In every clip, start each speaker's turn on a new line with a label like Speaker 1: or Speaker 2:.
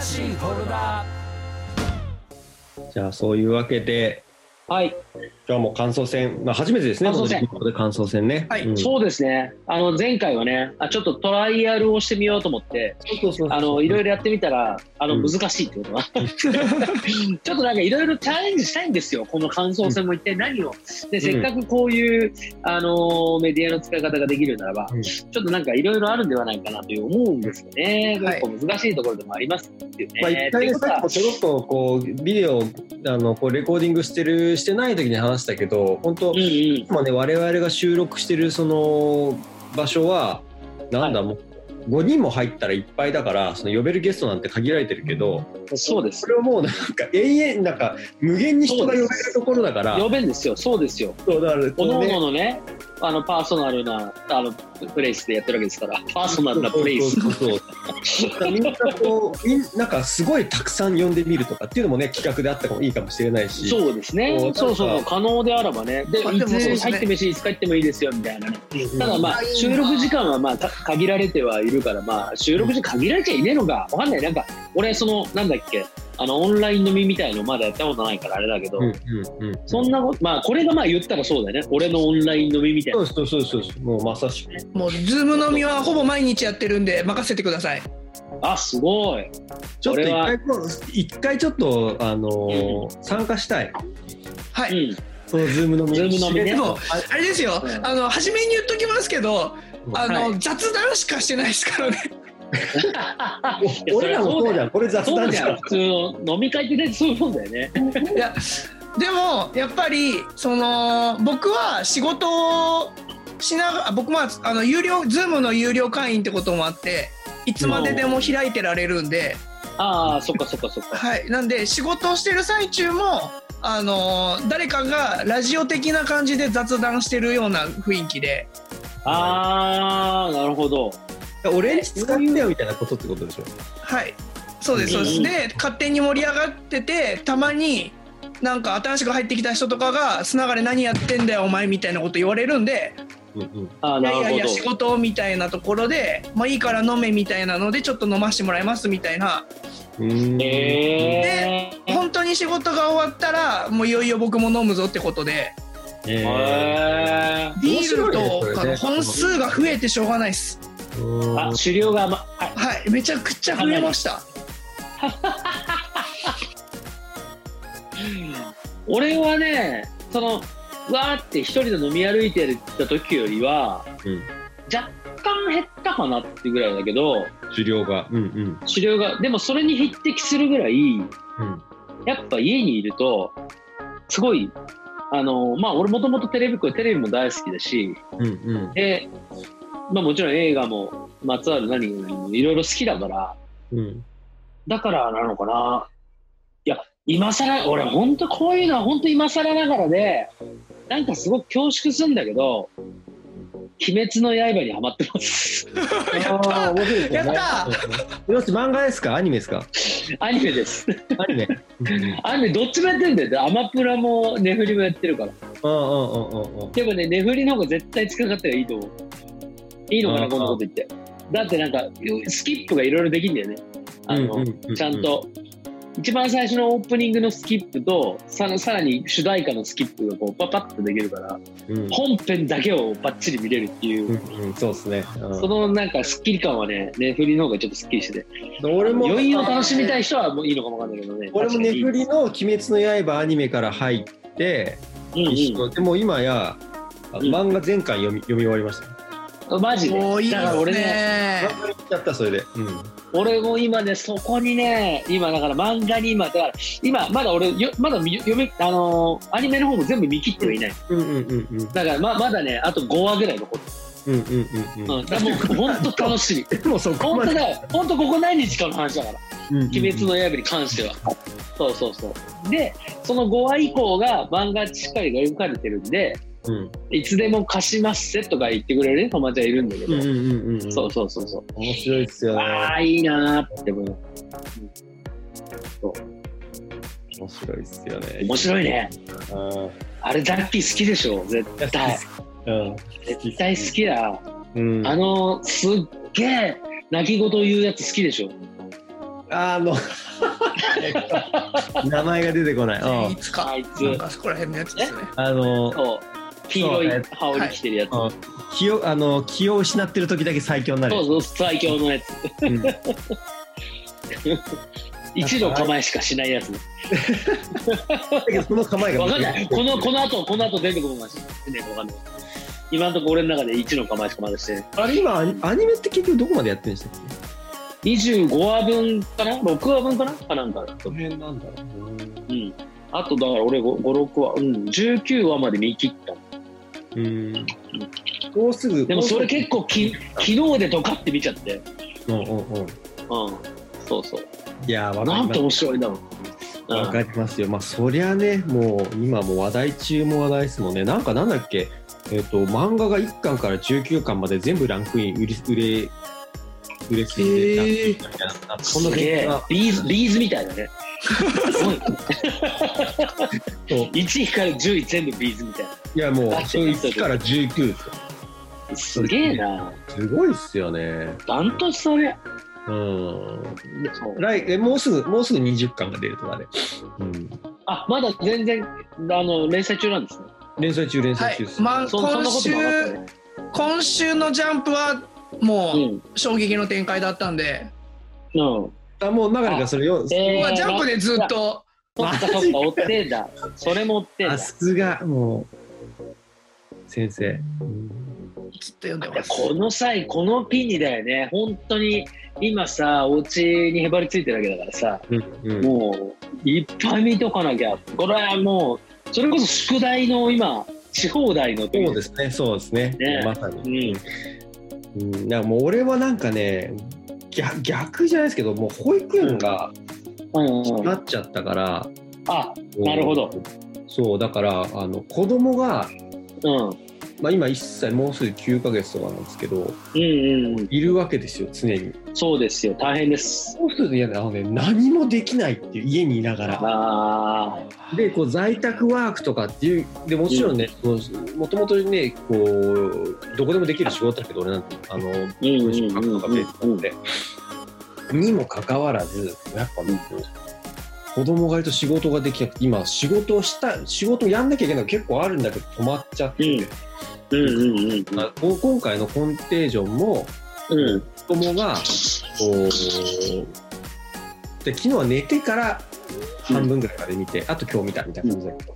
Speaker 1: 新しいフォルダ
Speaker 2: じゃあそういうわけで、
Speaker 3: はい、
Speaker 2: 今日も感想戦、まあ、初めてですね、
Speaker 3: 感想戦
Speaker 2: このリモートで感想戦ね。
Speaker 1: はい
Speaker 2: うん
Speaker 3: そうですね。あの前回はね、あちょっとトライアルをしてみようと思って、
Speaker 2: そうそうそう
Speaker 3: あのいろいろやってみたら、あの
Speaker 2: うん
Speaker 3: 難しいって ことは、ちょっとなんかいろいろチャレンジしたいんですよ。この感想戦も一体何を、でせっかくこういうあのメディアの使い方ができるならば、
Speaker 2: うん
Speaker 3: ちょっとなんかいろいろあるんではないかなという思うんですよね。
Speaker 1: は
Speaker 3: 結
Speaker 1: い
Speaker 3: 構難しいところでもありますよね。
Speaker 2: まあ、一
Speaker 3: と
Speaker 2: 回
Speaker 3: いう
Speaker 2: ね
Speaker 3: こと
Speaker 2: さっ
Speaker 3: は
Speaker 2: きもちょろっとこうビデオをあのこうレコーディングしてるしてない時に話したけど本当、
Speaker 3: うんうん。
Speaker 2: 今ね我々が収録してるその場所はなんだ、もう5人も入ったらいっぱいだからその呼べるゲストなんて限られてるけど
Speaker 3: そうです
Speaker 2: そ。れをもうなんか永遠なんか無限に人が呼べるところだから
Speaker 3: 呼べんですよ。そうですよ。
Speaker 2: そうだから
Speaker 3: 各
Speaker 2: この
Speaker 3: 々
Speaker 2: ね
Speaker 3: のね、あのパーソナルなあのプレイスでやってるわけですから、パーソナルなプレイス。
Speaker 2: そうそうそうみんなこうみんなんかすごいたくさん呼んでみるとかっていうのもね企画であったかもいいかもしれないし
Speaker 3: そうですね
Speaker 2: そうなん。か
Speaker 3: そうそうそう、可能であればね。で、
Speaker 1: まあ
Speaker 3: い
Speaker 1: でもそうで
Speaker 3: つ
Speaker 1: すね
Speaker 3: 入って飯いつ帰ってもいいですよみたいなね。
Speaker 2: うん
Speaker 3: ただまあ、
Speaker 1: うん
Speaker 3: 収録時間はまあ、か限られてはいるから、まあ、収録時間限られちゃいねえのか、わかんない。なんか、俺、その、なんだっけ、あの、オンライン飲みみたいのまだやったことないからあれだけど
Speaker 2: うん、うんうん
Speaker 3: そんなこと、まあ、これがまあ言ったらそうだよね。俺のオンライン飲みみたいな
Speaker 2: そ。うそうそうそうそうもうまさしく
Speaker 1: ーもうズーム飲みはほぼ毎日やってるんで任せてください
Speaker 3: あ、すごい。
Speaker 2: ちょっ
Speaker 3: こ
Speaker 2: と一
Speaker 3: れは
Speaker 2: 回こう一回ちょっとあのー参加したい
Speaker 1: は
Speaker 3: う
Speaker 1: い、
Speaker 3: ん。
Speaker 2: そのズームのみ
Speaker 3: ズーム飲みね
Speaker 1: でもあれですよ、
Speaker 3: うん
Speaker 1: あの初めに言っときますけどあの、
Speaker 3: はい
Speaker 1: 雑談しかしてないですからね
Speaker 3: いや
Speaker 2: 俺らもそうじゃんこれ雑
Speaker 3: そう
Speaker 2: 談
Speaker 3: じ
Speaker 2: じ
Speaker 3: ゃ
Speaker 2: ゃ
Speaker 3: ん
Speaker 2: ん
Speaker 3: 普通の飲み会って大体そういうもんだよね。
Speaker 1: いやでもやっぱりその僕は仕事をしながら僕はあの有料ズームの有料会員ってこともあっていつまででも開いてられるんで、
Speaker 3: ああ、そっかそっかそっか。
Speaker 1: はい、なんで仕事をしてる最中も、あのー誰かがラジオ的な感じで雑談してるような雰囲気で
Speaker 3: ああ、なるほど。
Speaker 2: 俺んち使ってよみたいなことってことでしょ
Speaker 1: はいそうですそうで
Speaker 3: う
Speaker 1: す
Speaker 3: ん
Speaker 1: で勝手に盛り上がっててたまになんか新しく入ってきた人とかが「つながれ何やってんだよお前」みたいなこと言われるんで
Speaker 2: うんうん
Speaker 3: あ
Speaker 1: 「
Speaker 3: あ、
Speaker 1: い
Speaker 3: な
Speaker 1: や
Speaker 3: る
Speaker 1: い
Speaker 3: ほど。
Speaker 1: やいや仕事」みたいなところで「まあ、いいから飲め」みたいなのでちょっと飲ましてもらいますみたいな
Speaker 2: うーん
Speaker 3: えー、
Speaker 1: 本当に仕事が終わったらもういよいよ僕も飲むぞってことで。
Speaker 2: え
Speaker 3: えー、
Speaker 1: ビール
Speaker 2: 面白いね
Speaker 1: と
Speaker 2: そ
Speaker 1: か
Speaker 2: れ
Speaker 1: の
Speaker 2: ね
Speaker 1: 本数が増えてしょうがないです。
Speaker 2: ー
Speaker 3: あ狩猟が、ま、はい
Speaker 1: はい、めちゃくちゃ増えました。
Speaker 3: 俺はねそのわーって一人で飲み歩いてた時よりは、
Speaker 2: うん
Speaker 3: 若干減ったかなってぐらいだけど
Speaker 2: 狩猟がうんうん
Speaker 3: 狩猟がでもそれに匹敵するぐらい
Speaker 2: うん
Speaker 3: やっぱ家にいるとすごいあのまあ俺もともとテレビっ子でテレビも大好きだし
Speaker 2: うんうん
Speaker 3: で、まあ、もちろん映画もまつわる何々もいろいろ好きだから
Speaker 2: うん
Speaker 3: だからなのかな。いや、今更、俺本当こういうのは本当今更ながらで、なんかすごく恐縮するんだけど、鬼滅の刃にハマって ます。
Speaker 2: ああ面白い
Speaker 1: やった
Speaker 2: たよし漫画ですかアニメですか
Speaker 3: アニメです。
Speaker 2: アニメうんうん
Speaker 3: アニメどっちもやってんだよ。アマプラもネフリもやってるから。
Speaker 2: うんうんうんうん
Speaker 3: でもね、ネフリの方が絶対使い勝手がいいと思う。いいのか
Speaker 2: あ
Speaker 3: な、
Speaker 2: ー
Speaker 3: こんなこと言って。だってなんか、スキップがいろいろできるんだよね。あの、
Speaker 2: うんうう
Speaker 3: ちゃんと、一番最初のオープニングのスキップと、さらさらに主題歌のスキップがこうパパッとできるから、
Speaker 2: うんうん
Speaker 3: 本編だけをバッチリ見れるっていう、
Speaker 2: うんそうですねうん
Speaker 3: そのなんかスッキリ感はね、ネフリの方がちょっとスッキリしてて、
Speaker 2: 俺も
Speaker 3: 余韻を楽しみたい人はもういいのかもわかんないけどね。
Speaker 2: 俺もネフ
Speaker 3: リ、
Speaker 2: リの「鬼滅の刃」アニメから入って、
Speaker 3: うん
Speaker 2: でも今やあ
Speaker 3: うん
Speaker 2: 漫画全巻読み読み終わりました、
Speaker 3: うん、マジ
Speaker 1: もうい
Speaker 3: で。
Speaker 1: い
Speaker 3: だ
Speaker 1: で
Speaker 3: から
Speaker 1: す
Speaker 3: 俺ね、
Speaker 1: ね。
Speaker 2: 漫画に行っちゃったそれで、うん、
Speaker 3: 俺も今ね、そこにね、今だから漫画に今、だから今、まだ俺、よまだみ読め、あのーアニメの方も全部見切ってはいない。
Speaker 2: うんうんうんうん
Speaker 3: だからままだね、あと5話ぐらい残って
Speaker 2: うんうんうん
Speaker 3: る。うん、だからもう本当楽しみ。
Speaker 2: でもそこ
Speaker 3: 本
Speaker 2: ま
Speaker 3: 当
Speaker 2: で
Speaker 3: だよ、本当ここ何日かの話だから。
Speaker 2: うんうんうん
Speaker 3: 鬼滅の刃に関しては。そうそうそう。で、その5話以降が漫画しっかり描かれてるんで、
Speaker 2: うん
Speaker 3: いつでも貸しますせとか言ってくれるね友達がいるんだけ
Speaker 2: うん
Speaker 3: ど、
Speaker 2: うんうんうん
Speaker 3: そうそうそうそう。
Speaker 2: 面白いっすよね
Speaker 3: ああ、いいなーって思う。
Speaker 2: 面白いっすよね
Speaker 3: 面白いね。
Speaker 2: うん
Speaker 3: あれ、ザッキー好きでしょ絶対。
Speaker 2: うん
Speaker 3: 絶対好きだ。
Speaker 2: うん
Speaker 3: あの、すっげえ泣き言を言うやつ好きでしょ
Speaker 2: あの 名前が出てこない、
Speaker 1: 善
Speaker 2: うん
Speaker 1: 逸か
Speaker 3: あいつ
Speaker 1: なんかそこら辺のやつですね
Speaker 2: あの
Speaker 3: そう黄色い羽織着てるやつ
Speaker 2: うん気をあの気を失ってる時だけ最強になる
Speaker 3: そうそう最強のやつ
Speaker 2: うん
Speaker 3: 一度構えしかしないやつね
Speaker 2: だけどその構えが
Speaker 3: わかんない。この、この後、この後出てくるかもしれない。わかんない。今のところ俺の中で1の構えしかまだしてない。
Speaker 2: あれ今アニアニメって結局どこまでやってるんでしたっ
Speaker 3: 25話分かな ?6 話分かなかなんか。
Speaker 2: けこの辺なんだろ
Speaker 3: うん。あとだから俺5、5 6話、うん、19話まで見切った。
Speaker 2: ううんもうすぐ
Speaker 3: でもそれ結構き、昨日でドカって見ちゃって。
Speaker 2: うんうんうん
Speaker 3: うん。そうそう。
Speaker 2: いやーわか
Speaker 3: な
Speaker 2: り
Speaker 3: ん
Speaker 2: ま
Speaker 3: て
Speaker 2: す
Speaker 3: 面白いんだろう。うん
Speaker 2: わかりますよまあそりゃねもう今もう話題中も話題ですもんねなんかなんだっけえっ、と漫画が1巻から19巻まで全部ランクイン売れ売れ売れ切れて
Speaker 1: ええ
Speaker 2: たみたいな、そん
Speaker 3: す
Speaker 2: な
Speaker 3: げえ
Speaker 2: 現象が。
Speaker 3: ビーズ、ビーズみたいだね。 すごい。
Speaker 2: そう
Speaker 3: 1位から10位全部ビーズみたい
Speaker 2: いやも
Speaker 3: だっ
Speaker 2: う
Speaker 3: て
Speaker 2: それ1から19ですよ
Speaker 3: な。すげえな。
Speaker 2: すごいっすよね
Speaker 3: ダントツそれ。
Speaker 2: うん
Speaker 3: そう
Speaker 2: 来えもうすぐもうすぐ20巻が出るとかね、うん、
Speaker 3: あ、まだ全然、あの、連載中なんですね。
Speaker 2: 連載中連
Speaker 1: は
Speaker 2: 載中
Speaker 1: い
Speaker 2: です、
Speaker 1: まあ
Speaker 3: そそんな
Speaker 1: 今
Speaker 3: こと
Speaker 1: 週
Speaker 3: もなかったね。
Speaker 1: 今週の「ジャンプ」はも
Speaker 3: うん。
Speaker 1: う衝撃の展開だったんで
Speaker 3: うん。
Speaker 2: あもう流れがそれを
Speaker 3: え
Speaker 1: 僕は
Speaker 3: ー、
Speaker 1: 「ジャンプ」でずっと
Speaker 3: そっかそっか、追ってん だ。それも追ってんだ。
Speaker 2: さ
Speaker 3: い
Speaker 2: すがもう先生、
Speaker 1: ずっと読んでま
Speaker 3: や
Speaker 1: す
Speaker 3: この際、このピニだよね。本当に、今さ、お家にへばりついてるわけだからさ、
Speaker 2: うんうん
Speaker 3: もう、いっぱい見とかなきゃ。これはもう、それこそ宿題の今、地方題のとい
Speaker 2: そうですねそうですね
Speaker 3: ね
Speaker 2: まさに、うんうん、だからもう俺はなんかね逆逆じゃないですけどもう保育園が
Speaker 3: うんうん
Speaker 2: なっちゃったから、
Speaker 3: あ、なるほど
Speaker 2: そうだからあの子供が
Speaker 3: うん。うん
Speaker 2: まあ、今1歳もうすぐ9ヶ月とかなんですけど
Speaker 3: うんうん。
Speaker 2: いるわけですよ常に
Speaker 3: そうですよ。大変です。
Speaker 2: そうすると嫌だあのね何もできないっていう家にいながら
Speaker 3: ああ。
Speaker 2: でこう在宅ワークとかっていうでもちろんねもともとねこうどこでもできる仕事だけど俺なんてあの
Speaker 3: うんうん
Speaker 2: 文章書
Speaker 3: うん
Speaker 2: くとか別なんでにもかかわらずやっぱねこう子供がいると仕事ができなくて今仕事をした仕事をやんなきゃいけないの結構あるんだけど止まっちゃってて、
Speaker 3: うんうんうんうん。
Speaker 2: あこう今回のコンテージョンも
Speaker 3: うん。
Speaker 2: 子供がこうで昨日は寝てから半分ぐらいまで見て、あと今日見たみたいな感じだけど、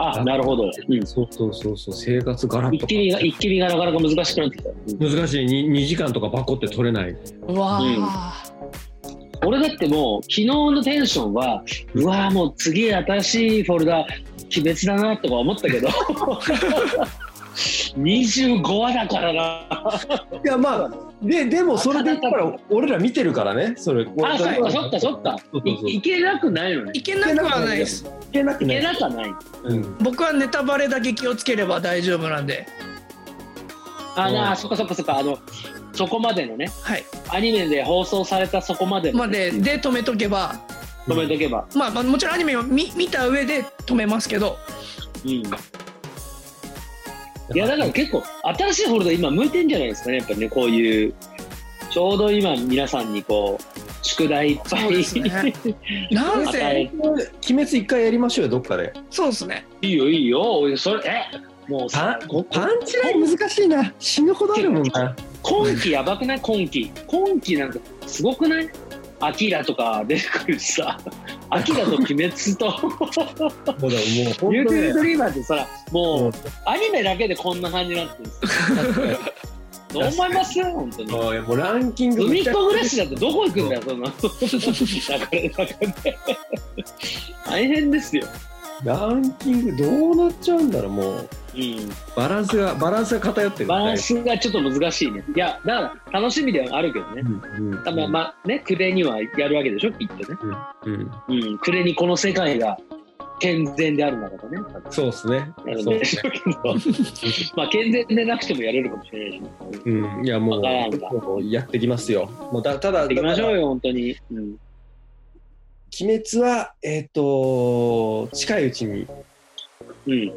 Speaker 3: あ、なるほど。うん。
Speaker 2: そうそうそうそう生活ガラッ
Speaker 3: 一
Speaker 2: と
Speaker 3: 気にが、一気にがなかなか難しくなってきた。
Speaker 2: 難しいに 2, 時間とかバコって取れないう
Speaker 1: わあ
Speaker 3: 俺だってもう、昨日のテンションは、うわーもう次新しいフォルダ、鬼滅だなとか思ったけど、25話だからな。
Speaker 2: いやまあででもそれで言ったら俺ら見てるからねそれ
Speaker 3: あ、そっかそっかそっか
Speaker 2: そう。そうそう
Speaker 3: いいけなくないのね。
Speaker 1: いけなくはないです
Speaker 2: いけなく
Speaker 3: い
Speaker 2: な
Speaker 3: け
Speaker 2: い
Speaker 3: なくはない。
Speaker 2: うん
Speaker 1: 僕はネタバレだけ気をつければ大丈夫なんで
Speaker 3: あ、な
Speaker 2: う
Speaker 3: あ、
Speaker 2: ん
Speaker 3: そっかそっかそっか。あの、そこまでのね、
Speaker 1: はい
Speaker 3: アニメで放送されたそこまでの
Speaker 1: までで止めとけば
Speaker 3: 止めとけば。
Speaker 1: まあ、まあ、もちろんアニメを見見た上で止めますけど
Speaker 3: うん。いやだから結構新しいフォルダ今向いてんじゃないですかねやっぱねこういうちょうど今皆さんにこう宿題いっぱ
Speaker 1: そう
Speaker 3: い、
Speaker 1: ですねなん
Speaker 3: 与
Speaker 1: せ
Speaker 3: え
Speaker 2: 鬼滅一回やりましょうよどっかで
Speaker 1: そうですね
Speaker 3: いいよいいよおいそれえもうさこ
Speaker 2: パンチライン難しいな死ぬほどあるもんな
Speaker 3: 今期やばくない今期今期なんかすごくないアキラとか出てくるしさアキラと鬼滅と
Speaker 2: もうだもう本
Speaker 3: ユー
Speaker 2: 当
Speaker 3: ティ
Speaker 2: ね
Speaker 3: ルドリーマーってさも
Speaker 2: も
Speaker 3: うアニメだけでこんな感じになってるんですよどう思います本当に
Speaker 2: うもうランキング
Speaker 3: 海
Speaker 2: め
Speaker 3: っ
Speaker 2: ちゃ
Speaker 3: 子暮らしだってどこ行くんだよ、そんな。流れ流れ大変ですよ。
Speaker 2: ランキングどうなっちゃうんだろうもう
Speaker 3: うん。
Speaker 2: バランスがバランスが偏ってる
Speaker 3: バランスがちょっと難しいね。いや、だから楽しみではあるけどね。
Speaker 2: うんうん
Speaker 3: ただまあね、暮れにはやるわけでしょ、きっとね。
Speaker 2: うん
Speaker 3: うん。暮れにこの世界が健全であるならばね。
Speaker 2: そうですね
Speaker 3: やるん
Speaker 2: そう
Speaker 3: でしょうけど。 まあ健全でなくてもやれるかもしれないし。
Speaker 2: うんいやもう
Speaker 3: わからんわ
Speaker 2: もうやってきますよもうだただ
Speaker 3: 行きましょ
Speaker 2: だ
Speaker 3: うよ、本当に。うん。
Speaker 2: から鬼滅はえっ、と近いうちに
Speaker 3: うん。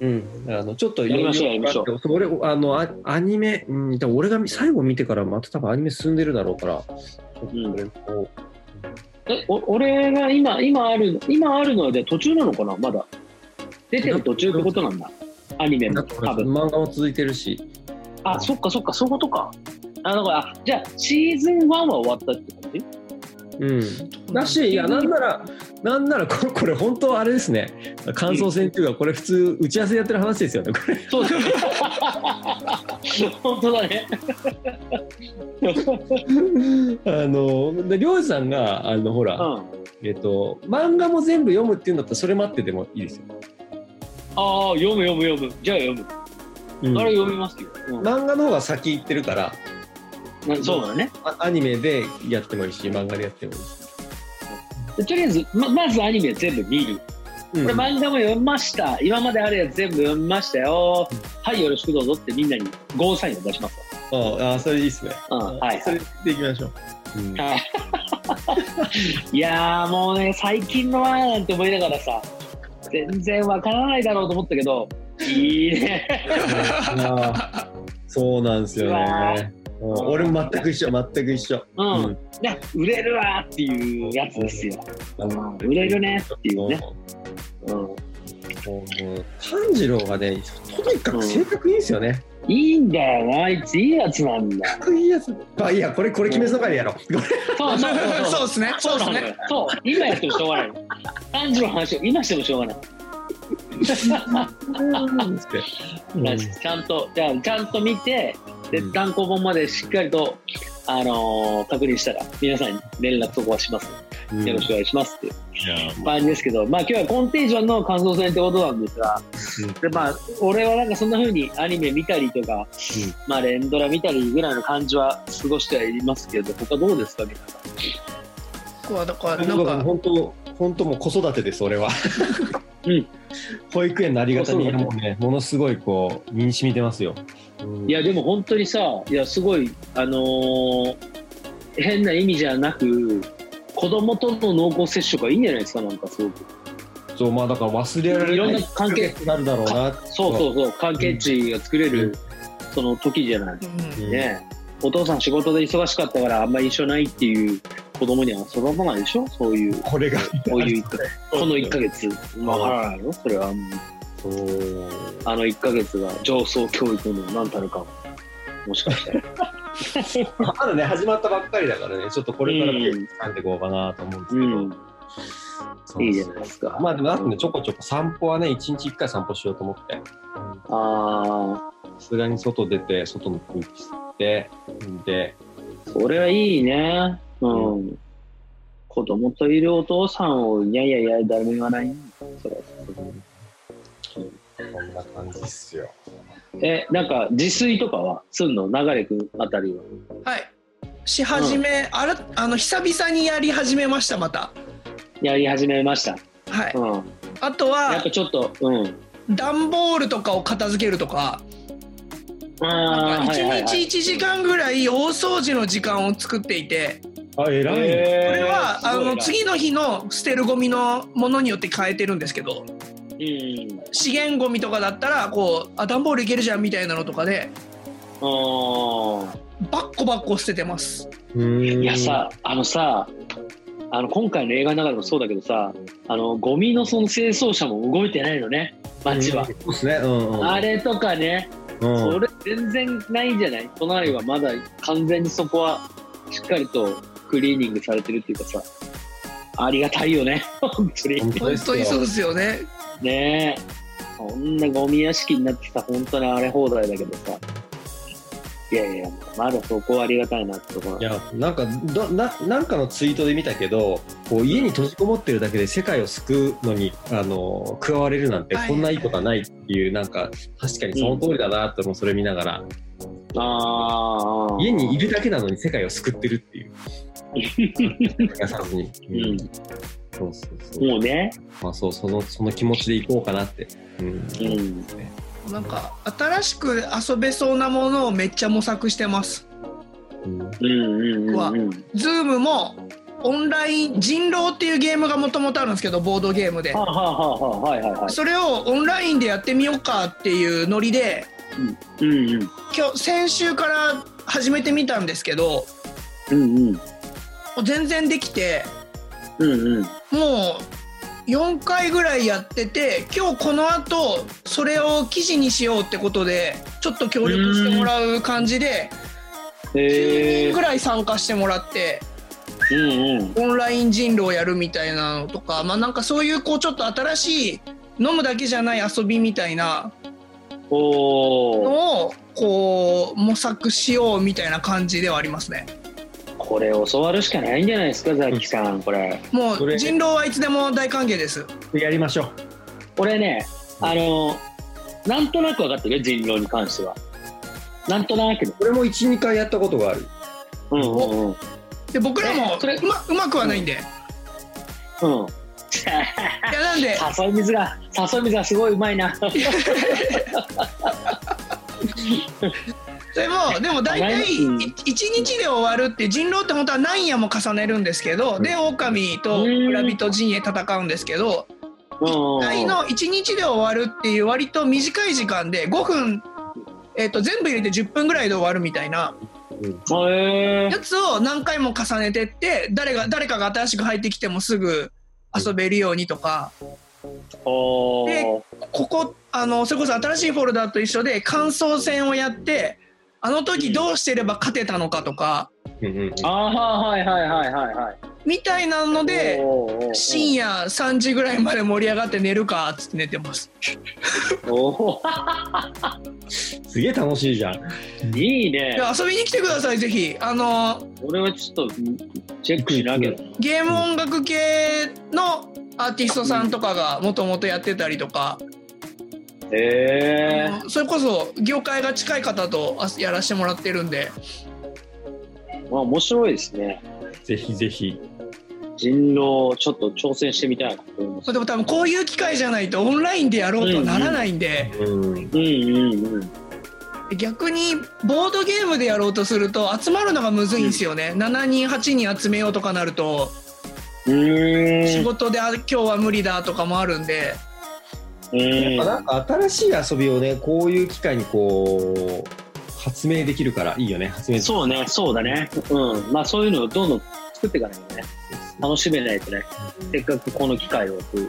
Speaker 2: うん、あのちょっと
Speaker 3: やりましょうや
Speaker 2: 余裕
Speaker 3: りましょう
Speaker 2: 俺あのアアニメ、うん、多分俺が見最後見てからまた多分アニメ進んでるだろうから、ちょっとこれを
Speaker 3: えお俺が今今ある今あるので途中なのかなまだ出てる途中ってことなんだアニメも
Speaker 2: だって
Speaker 3: 多分
Speaker 2: 漫画も続いてるし、
Speaker 3: あそっかそっかそういうことかあだからあじゃあシーズン1は終わったって感じ
Speaker 2: うん、だし、いや、なんなら、なんなら、これ、これ本当あれですね。感想戦っていうか、これ普通打ち合わせやってる話ですよね。こ れ
Speaker 3: そうだね 本当だね
Speaker 2: あの、で、りょうじさんが、あの、ほ
Speaker 3: う
Speaker 2: ら、
Speaker 3: ん
Speaker 2: えっと、漫画も全部読むっていうんだったら、それ待ってでもいいですよ。
Speaker 3: ああ読む読む読むじゃあ読む、
Speaker 2: うん
Speaker 3: あれ読みますよ、うん
Speaker 2: 漫画の方が先行ってるから、
Speaker 3: なそうだね
Speaker 2: あアニメでやってもいいし、漫画でやってもいいし。
Speaker 3: とりあえずままずアニメ全部見る
Speaker 2: うん
Speaker 3: これ漫画も読みました今まであるやつ全部読みましたよはいよろしくどうぞってみんなにゴーサインを出します
Speaker 2: ああ、それいいですね。
Speaker 3: わうんはい
Speaker 2: それでいきましょう。うん
Speaker 3: はい いやーもうね最近のわーなんて思いながらさ全然わからないだろうと思ったけどいい ね
Speaker 2: あーそうなんですよ
Speaker 3: うわー
Speaker 2: ね。うん俺も全く一緒、全く一緒。
Speaker 3: うん、
Speaker 2: うん
Speaker 3: ね売れるわーっていうやつですよ、うん、売れるねっていうね、うん、
Speaker 2: もうもう炭治郎がね、とにかく性格いいんですよね。
Speaker 3: いいんだよなあいついいやつなんだよ
Speaker 2: かっこいいやつ。あ、いや、これ、これ、決めそばでやろ う。
Speaker 3: そうそうそうそう
Speaker 1: そうですね。そうですね。
Speaker 3: そう、今やってもしょうがない。炭治郎の話を今してもしょうがない。ちゃんと、じゃあ、ちゃんと見て、で
Speaker 2: うん、
Speaker 3: 単行本までしっかりと、あのー確認したら、皆さんに連絡とかはします。
Speaker 2: うん
Speaker 3: よろしくお願いしますっていう
Speaker 2: いや
Speaker 3: 感じですけど、まあ今日はコンテージョンの感想戦ってことなんですが、
Speaker 2: うん
Speaker 3: でまあ、俺はなんかそんな風にアニメ見たりとか、
Speaker 2: うん
Speaker 3: まあ連ドラ見たりぐらいの感じは過ごしてはいますけど、他どうですか、皆さん。
Speaker 1: こうだから
Speaker 2: な
Speaker 1: な
Speaker 2: んんか
Speaker 1: か
Speaker 2: 本当、本当もう子育てです、俺は。
Speaker 3: うん
Speaker 2: 保育園のありがたみが
Speaker 3: 子育
Speaker 2: もうね、ものすごいこう、身に染みてますよ。うん
Speaker 3: いやでも本当にさいやすごいあのー変な意味じゃなく子供との濃厚接触がいいんじゃないですかなんかすごく
Speaker 2: そう、まあ、だから忘れられ
Speaker 3: いろん
Speaker 2: な。
Speaker 3: ない関係
Speaker 2: なんだろうな。
Speaker 3: そうそうそう関係値が作れる、その時じゃない、
Speaker 1: うん
Speaker 3: ねお父さん仕事で忙しかったからあんまり一緒ないっていう子供には育たないでしょそういう
Speaker 2: これが。
Speaker 3: こういう一ヶこの1ヶ月わからないよそれは
Speaker 2: そう。
Speaker 3: あの1ヶ月が上層教育の何たるかもしか したら
Speaker 2: まあまだね、始まったばっかりだからね、ちょっとこれからペース掴んでいこうかなと思うんです
Speaker 3: う
Speaker 2: けど。
Speaker 3: ん
Speaker 2: そう
Speaker 3: いいじゃないですか
Speaker 2: まあでも、あとね、ちょこちょこ散歩はね、一日一回散歩しようと思って。
Speaker 3: あ
Speaker 2: さすがに外出て、外の空気吸って、で、
Speaker 3: あ、それはいいね。うん。子供といるお父さんを、いやいやいや、誰も言わない。それ
Speaker 2: こんな感じっすよ。
Speaker 3: え、なんか、自炊とかはすんの流れくんあたりは。
Speaker 1: はい。し始め、あらあの久々にやり始めましたまた。
Speaker 3: やり始めました。
Speaker 1: はい。
Speaker 3: うん。
Speaker 1: あと
Speaker 3: やっ
Speaker 1: は
Speaker 3: ぱちょっと、うん。
Speaker 1: 段ボールとかを片付けるとか、
Speaker 3: あ
Speaker 1: なん
Speaker 3: あ、
Speaker 1: か
Speaker 3: は
Speaker 1: 一
Speaker 3: いはいはい
Speaker 1: 日一時間ぐらい大掃除の時間を作っていて、
Speaker 2: あ、偉いね。
Speaker 1: こ
Speaker 3: えー
Speaker 1: れはあの
Speaker 3: すごい
Speaker 1: 次の日の捨てるゴミのものによって変えてるんですけど、
Speaker 3: なうん。
Speaker 1: 資源ゴミとかだったらこうあ段ボールいけるじゃんみたいなのとかで
Speaker 3: ああ。
Speaker 1: バッコバッコ捨ててます。
Speaker 3: い
Speaker 2: い
Speaker 3: やさ、あのさ、あの今回の映画の中でもそうだけどさ、あのゴミのその清掃車も動いてないのね、街は
Speaker 2: そ。うですね。うんうん。
Speaker 3: あれとかね、
Speaker 2: うん
Speaker 3: それ全然ないんじゃない都内はまだ完全にそこはしっかりとクリーニングされてるっていうかさありがたいよね本当に
Speaker 1: 本当にそう
Speaker 2: う。
Speaker 1: ですよね。
Speaker 3: ねえこんなゴミ屋敷になってさ本当にあれ放題だけどさいやいやまだそこはありがたいなってところ
Speaker 2: いやなんかどななんかのツイートで見たけどこう家に閉じこもってるだけで世界を救うのにあの加われるなんて
Speaker 1: はい
Speaker 2: こんないいことはないっていうなんか確かにその通りだなともそれ見ながら、
Speaker 3: ああ
Speaker 2: 家にいるだけなのに世界を救ってるっていう。やさずに、
Speaker 3: うん
Speaker 2: そうそうそう、
Speaker 3: もうね
Speaker 2: まあ、そうそのその気持ちでいこうかなって、うん
Speaker 3: うん
Speaker 1: なんか新しく遊べそうなものをめっちゃ模索してます。
Speaker 2: う
Speaker 3: う
Speaker 2: ん
Speaker 3: んうんうんうん
Speaker 1: ズームもオンライン人狼っていうゲームがもともとあるんですけどボードゲームで
Speaker 3: はあ、はあはあはあはいはいはい
Speaker 1: それをオンラインでやってみようかっていうノリで
Speaker 3: うんうん
Speaker 1: 今日先週から始めてみたんですけど
Speaker 3: うんうん
Speaker 1: 全然できて
Speaker 3: うんうん。
Speaker 1: もう4回ぐらいやってて今日この後それを記事にしようってことでちょっと協力してもらう感じで9
Speaker 3: え
Speaker 1: 人ぐらい参加してもらって
Speaker 3: ー、うんうん。
Speaker 1: オンライン人狼やるみたいなのとかまあなんかそういうこうちょっと新しい飲むだけじゃない遊びみたいな
Speaker 3: おお。
Speaker 1: のをこう模索しようみたいな感じではありますね。
Speaker 3: これ教わるしかないんじゃないですか、ザキさん、これ。
Speaker 1: も
Speaker 2: そうれ
Speaker 1: 人狼はいつでも大歓迎です。
Speaker 2: やりましょう。
Speaker 3: 俺ね、あの、なんとなく分かってるよ人狼に関しては。なんとなくね。
Speaker 2: これも1、2回やったことがある。
Speaker 3: うんうんうん。
Speaker 1: で僕らも
Speaker 3: えそれ
Speaker 1: うまうまくはないんで。い
Speaker 3: うん。
Speaker 1: やなんで
Speaker 3: 誘い水が、誘い水がすごいうまいな。
Speaker 1: でも、でも大体い
Speaker 3: うん
Speaker 1: 一日で終わるって人狼って本当は何夜も重ねるんですけど、で狼と
Speaker 3: うん
Speaker 1: 村人陣営戦うんですけど、
Speaker 3: うんうんうん
Speaker 1: 大の一日で終わるっていう割と短い時間で5分、えっと全部入れて10分ぐらいで終わるみたいな
Speaker 3: へえ
Speaker 1: やつを何回も重ねてって誰が誰かが新しく入ってきてもすぐ遊べるようにとか
Speaker 3: お
Speaker 1: で
Speaker 3: ー
Speaker 1: ここあのそれこそ新しいフォルダーと一緒で感想戦をやってあの時どうしてれば勝てたのかとか。
Speaker 2: うんうんうん
Speaker 3: あーはいはいはいはいはい
Speaker 1: みたいなので
Speaker 3: おーおーおー
Speaker 1: 深夜3時ぐらいまで盛り上がって寝るかっつって寝てます
Speaker 3: おー
Speaker 2: すげえ楽しいじゃん。
Speaker 3: いいね
Speaker 1: いや遊びに来てくださいぜひあの
Speaker 3: 俺はちょっとチェックしなきゃな
Speaker 1: ゲーム音楽系のアーティストさんとかがもともとやってたりとか、
Speaker 3: へえ
Speaker 1: それこそ業界が近い方とあやらせてもらってるんで
Speaker 3: まあ面白いですね
Speaker 2: ぜひぜひ。
Speaker 3: 人狼ちょっと挑戦してみたいなと思います
Speaker 1: でも多分こういう機会じゃないとオンラインでやろうとはならないんで、
Speaker 2: うん。
Speaker 3: うんうんうん
Speaker 1: 逆にボードゲームでやろうとすると集まるのがむずいんですよね、7人8人集めようとかなると
Speaker 3: うー
Speaker 1: 仕
Speaker 3: ん
Speaker 1: 事であ今日は無理だとかもあるんで。
Speaker 3: うん
Speaker 2: まあなんか新しい遊びをね、こういう機会にこう、発明できるからいいよね。発明う
Speaker 3: そうねそうだねうんまあそういうのをどんどん作っていかないとね楽しめないとねせっかくこの機会をという。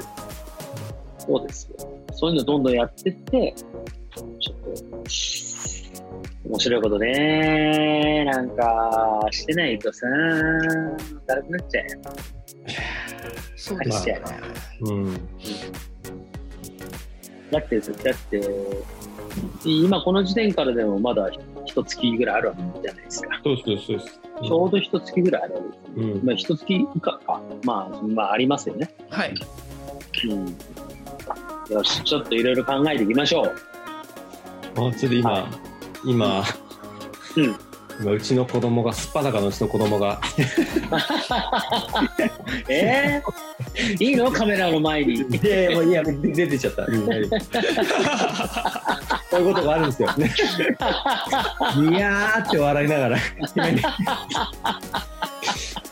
Speaker 3: そうですよ。そういうのどんどんやってって、ちょっと、面白いことね、なんか、してないとさ、だるくなっちゃうよ。
Speaker 1: そう
Speaker 3: で
Speaker 1: ですす
Speaker 3: よ
Speaker 1: よ
Speaker 3: ね
Speaker 1: ね。
Speaker 2: うん。
Speaker 3: だって、だって、今この時点からでもまだ一月ぐらいあるわけじゃないですか。
Speaker 2: そうそうそうです。
Speaker 3: ちょうど一月ぐらいあるわけです。
Speaker 2: うん。
Speaker 3: まあ、一月以下か。まあ、まあ、ありますよね。
Speaker 1: はい。
Speaker 3: うん。よし、ちょっといろいろ考えていきましょう。
Speaker 2: あちょっと今、
Speaker 3: は
Speaker 2: 今、
Speaker 3: うん
Speaker 2: 今うちの子供が、すっぱだかのうちの子供が、
Speaker 3: えー、 いいのカメラの前に。
Speaker 2: で、もういや、で出てっちゃった。うん大丈夫こういうことがあるんですよ。ね、いやーって笑いながら、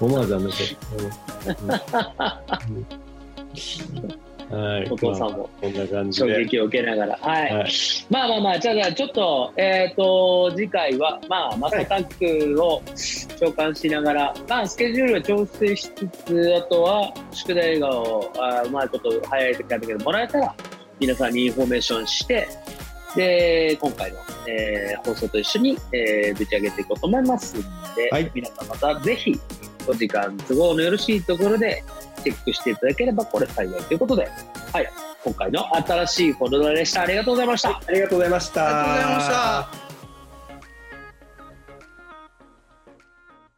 Speaker 2: 思わずあの、うんうんはい、
Speaker 3: お父さん
Speaker 2: まあ
Speaker 3: も
Speaker 2: こんな感じ
Speaker 3: 衝
Speaker 2: で。
Speaker 3: 撃を受けながら。はい。
Speaker 2: はい
Speaker 3: まあまあまあ、じゃあじゃあちょっと、えっ、と、次回は、まあ、マサタックを召喚しながら、まあ、スケジュールを調整しつつ、あとは、宿題がを、あーまあ、ちょっと早い時間だけど、もらえたら、皆さんにインフォメーションして、で、今回の、えー放送と一緒に、えーぶち上げていこうと思いますので、
Speaker 2: はい
Speaker 3: 皆さんまたぜひ、お時間都合のよろしいところで、チェックしていただければ、これ幸いということで、はい、今回の新しいフォルダでした。ありがとうございました。
Speaker 2: ありがとうございました。
Speaker 1: ありがとうございました。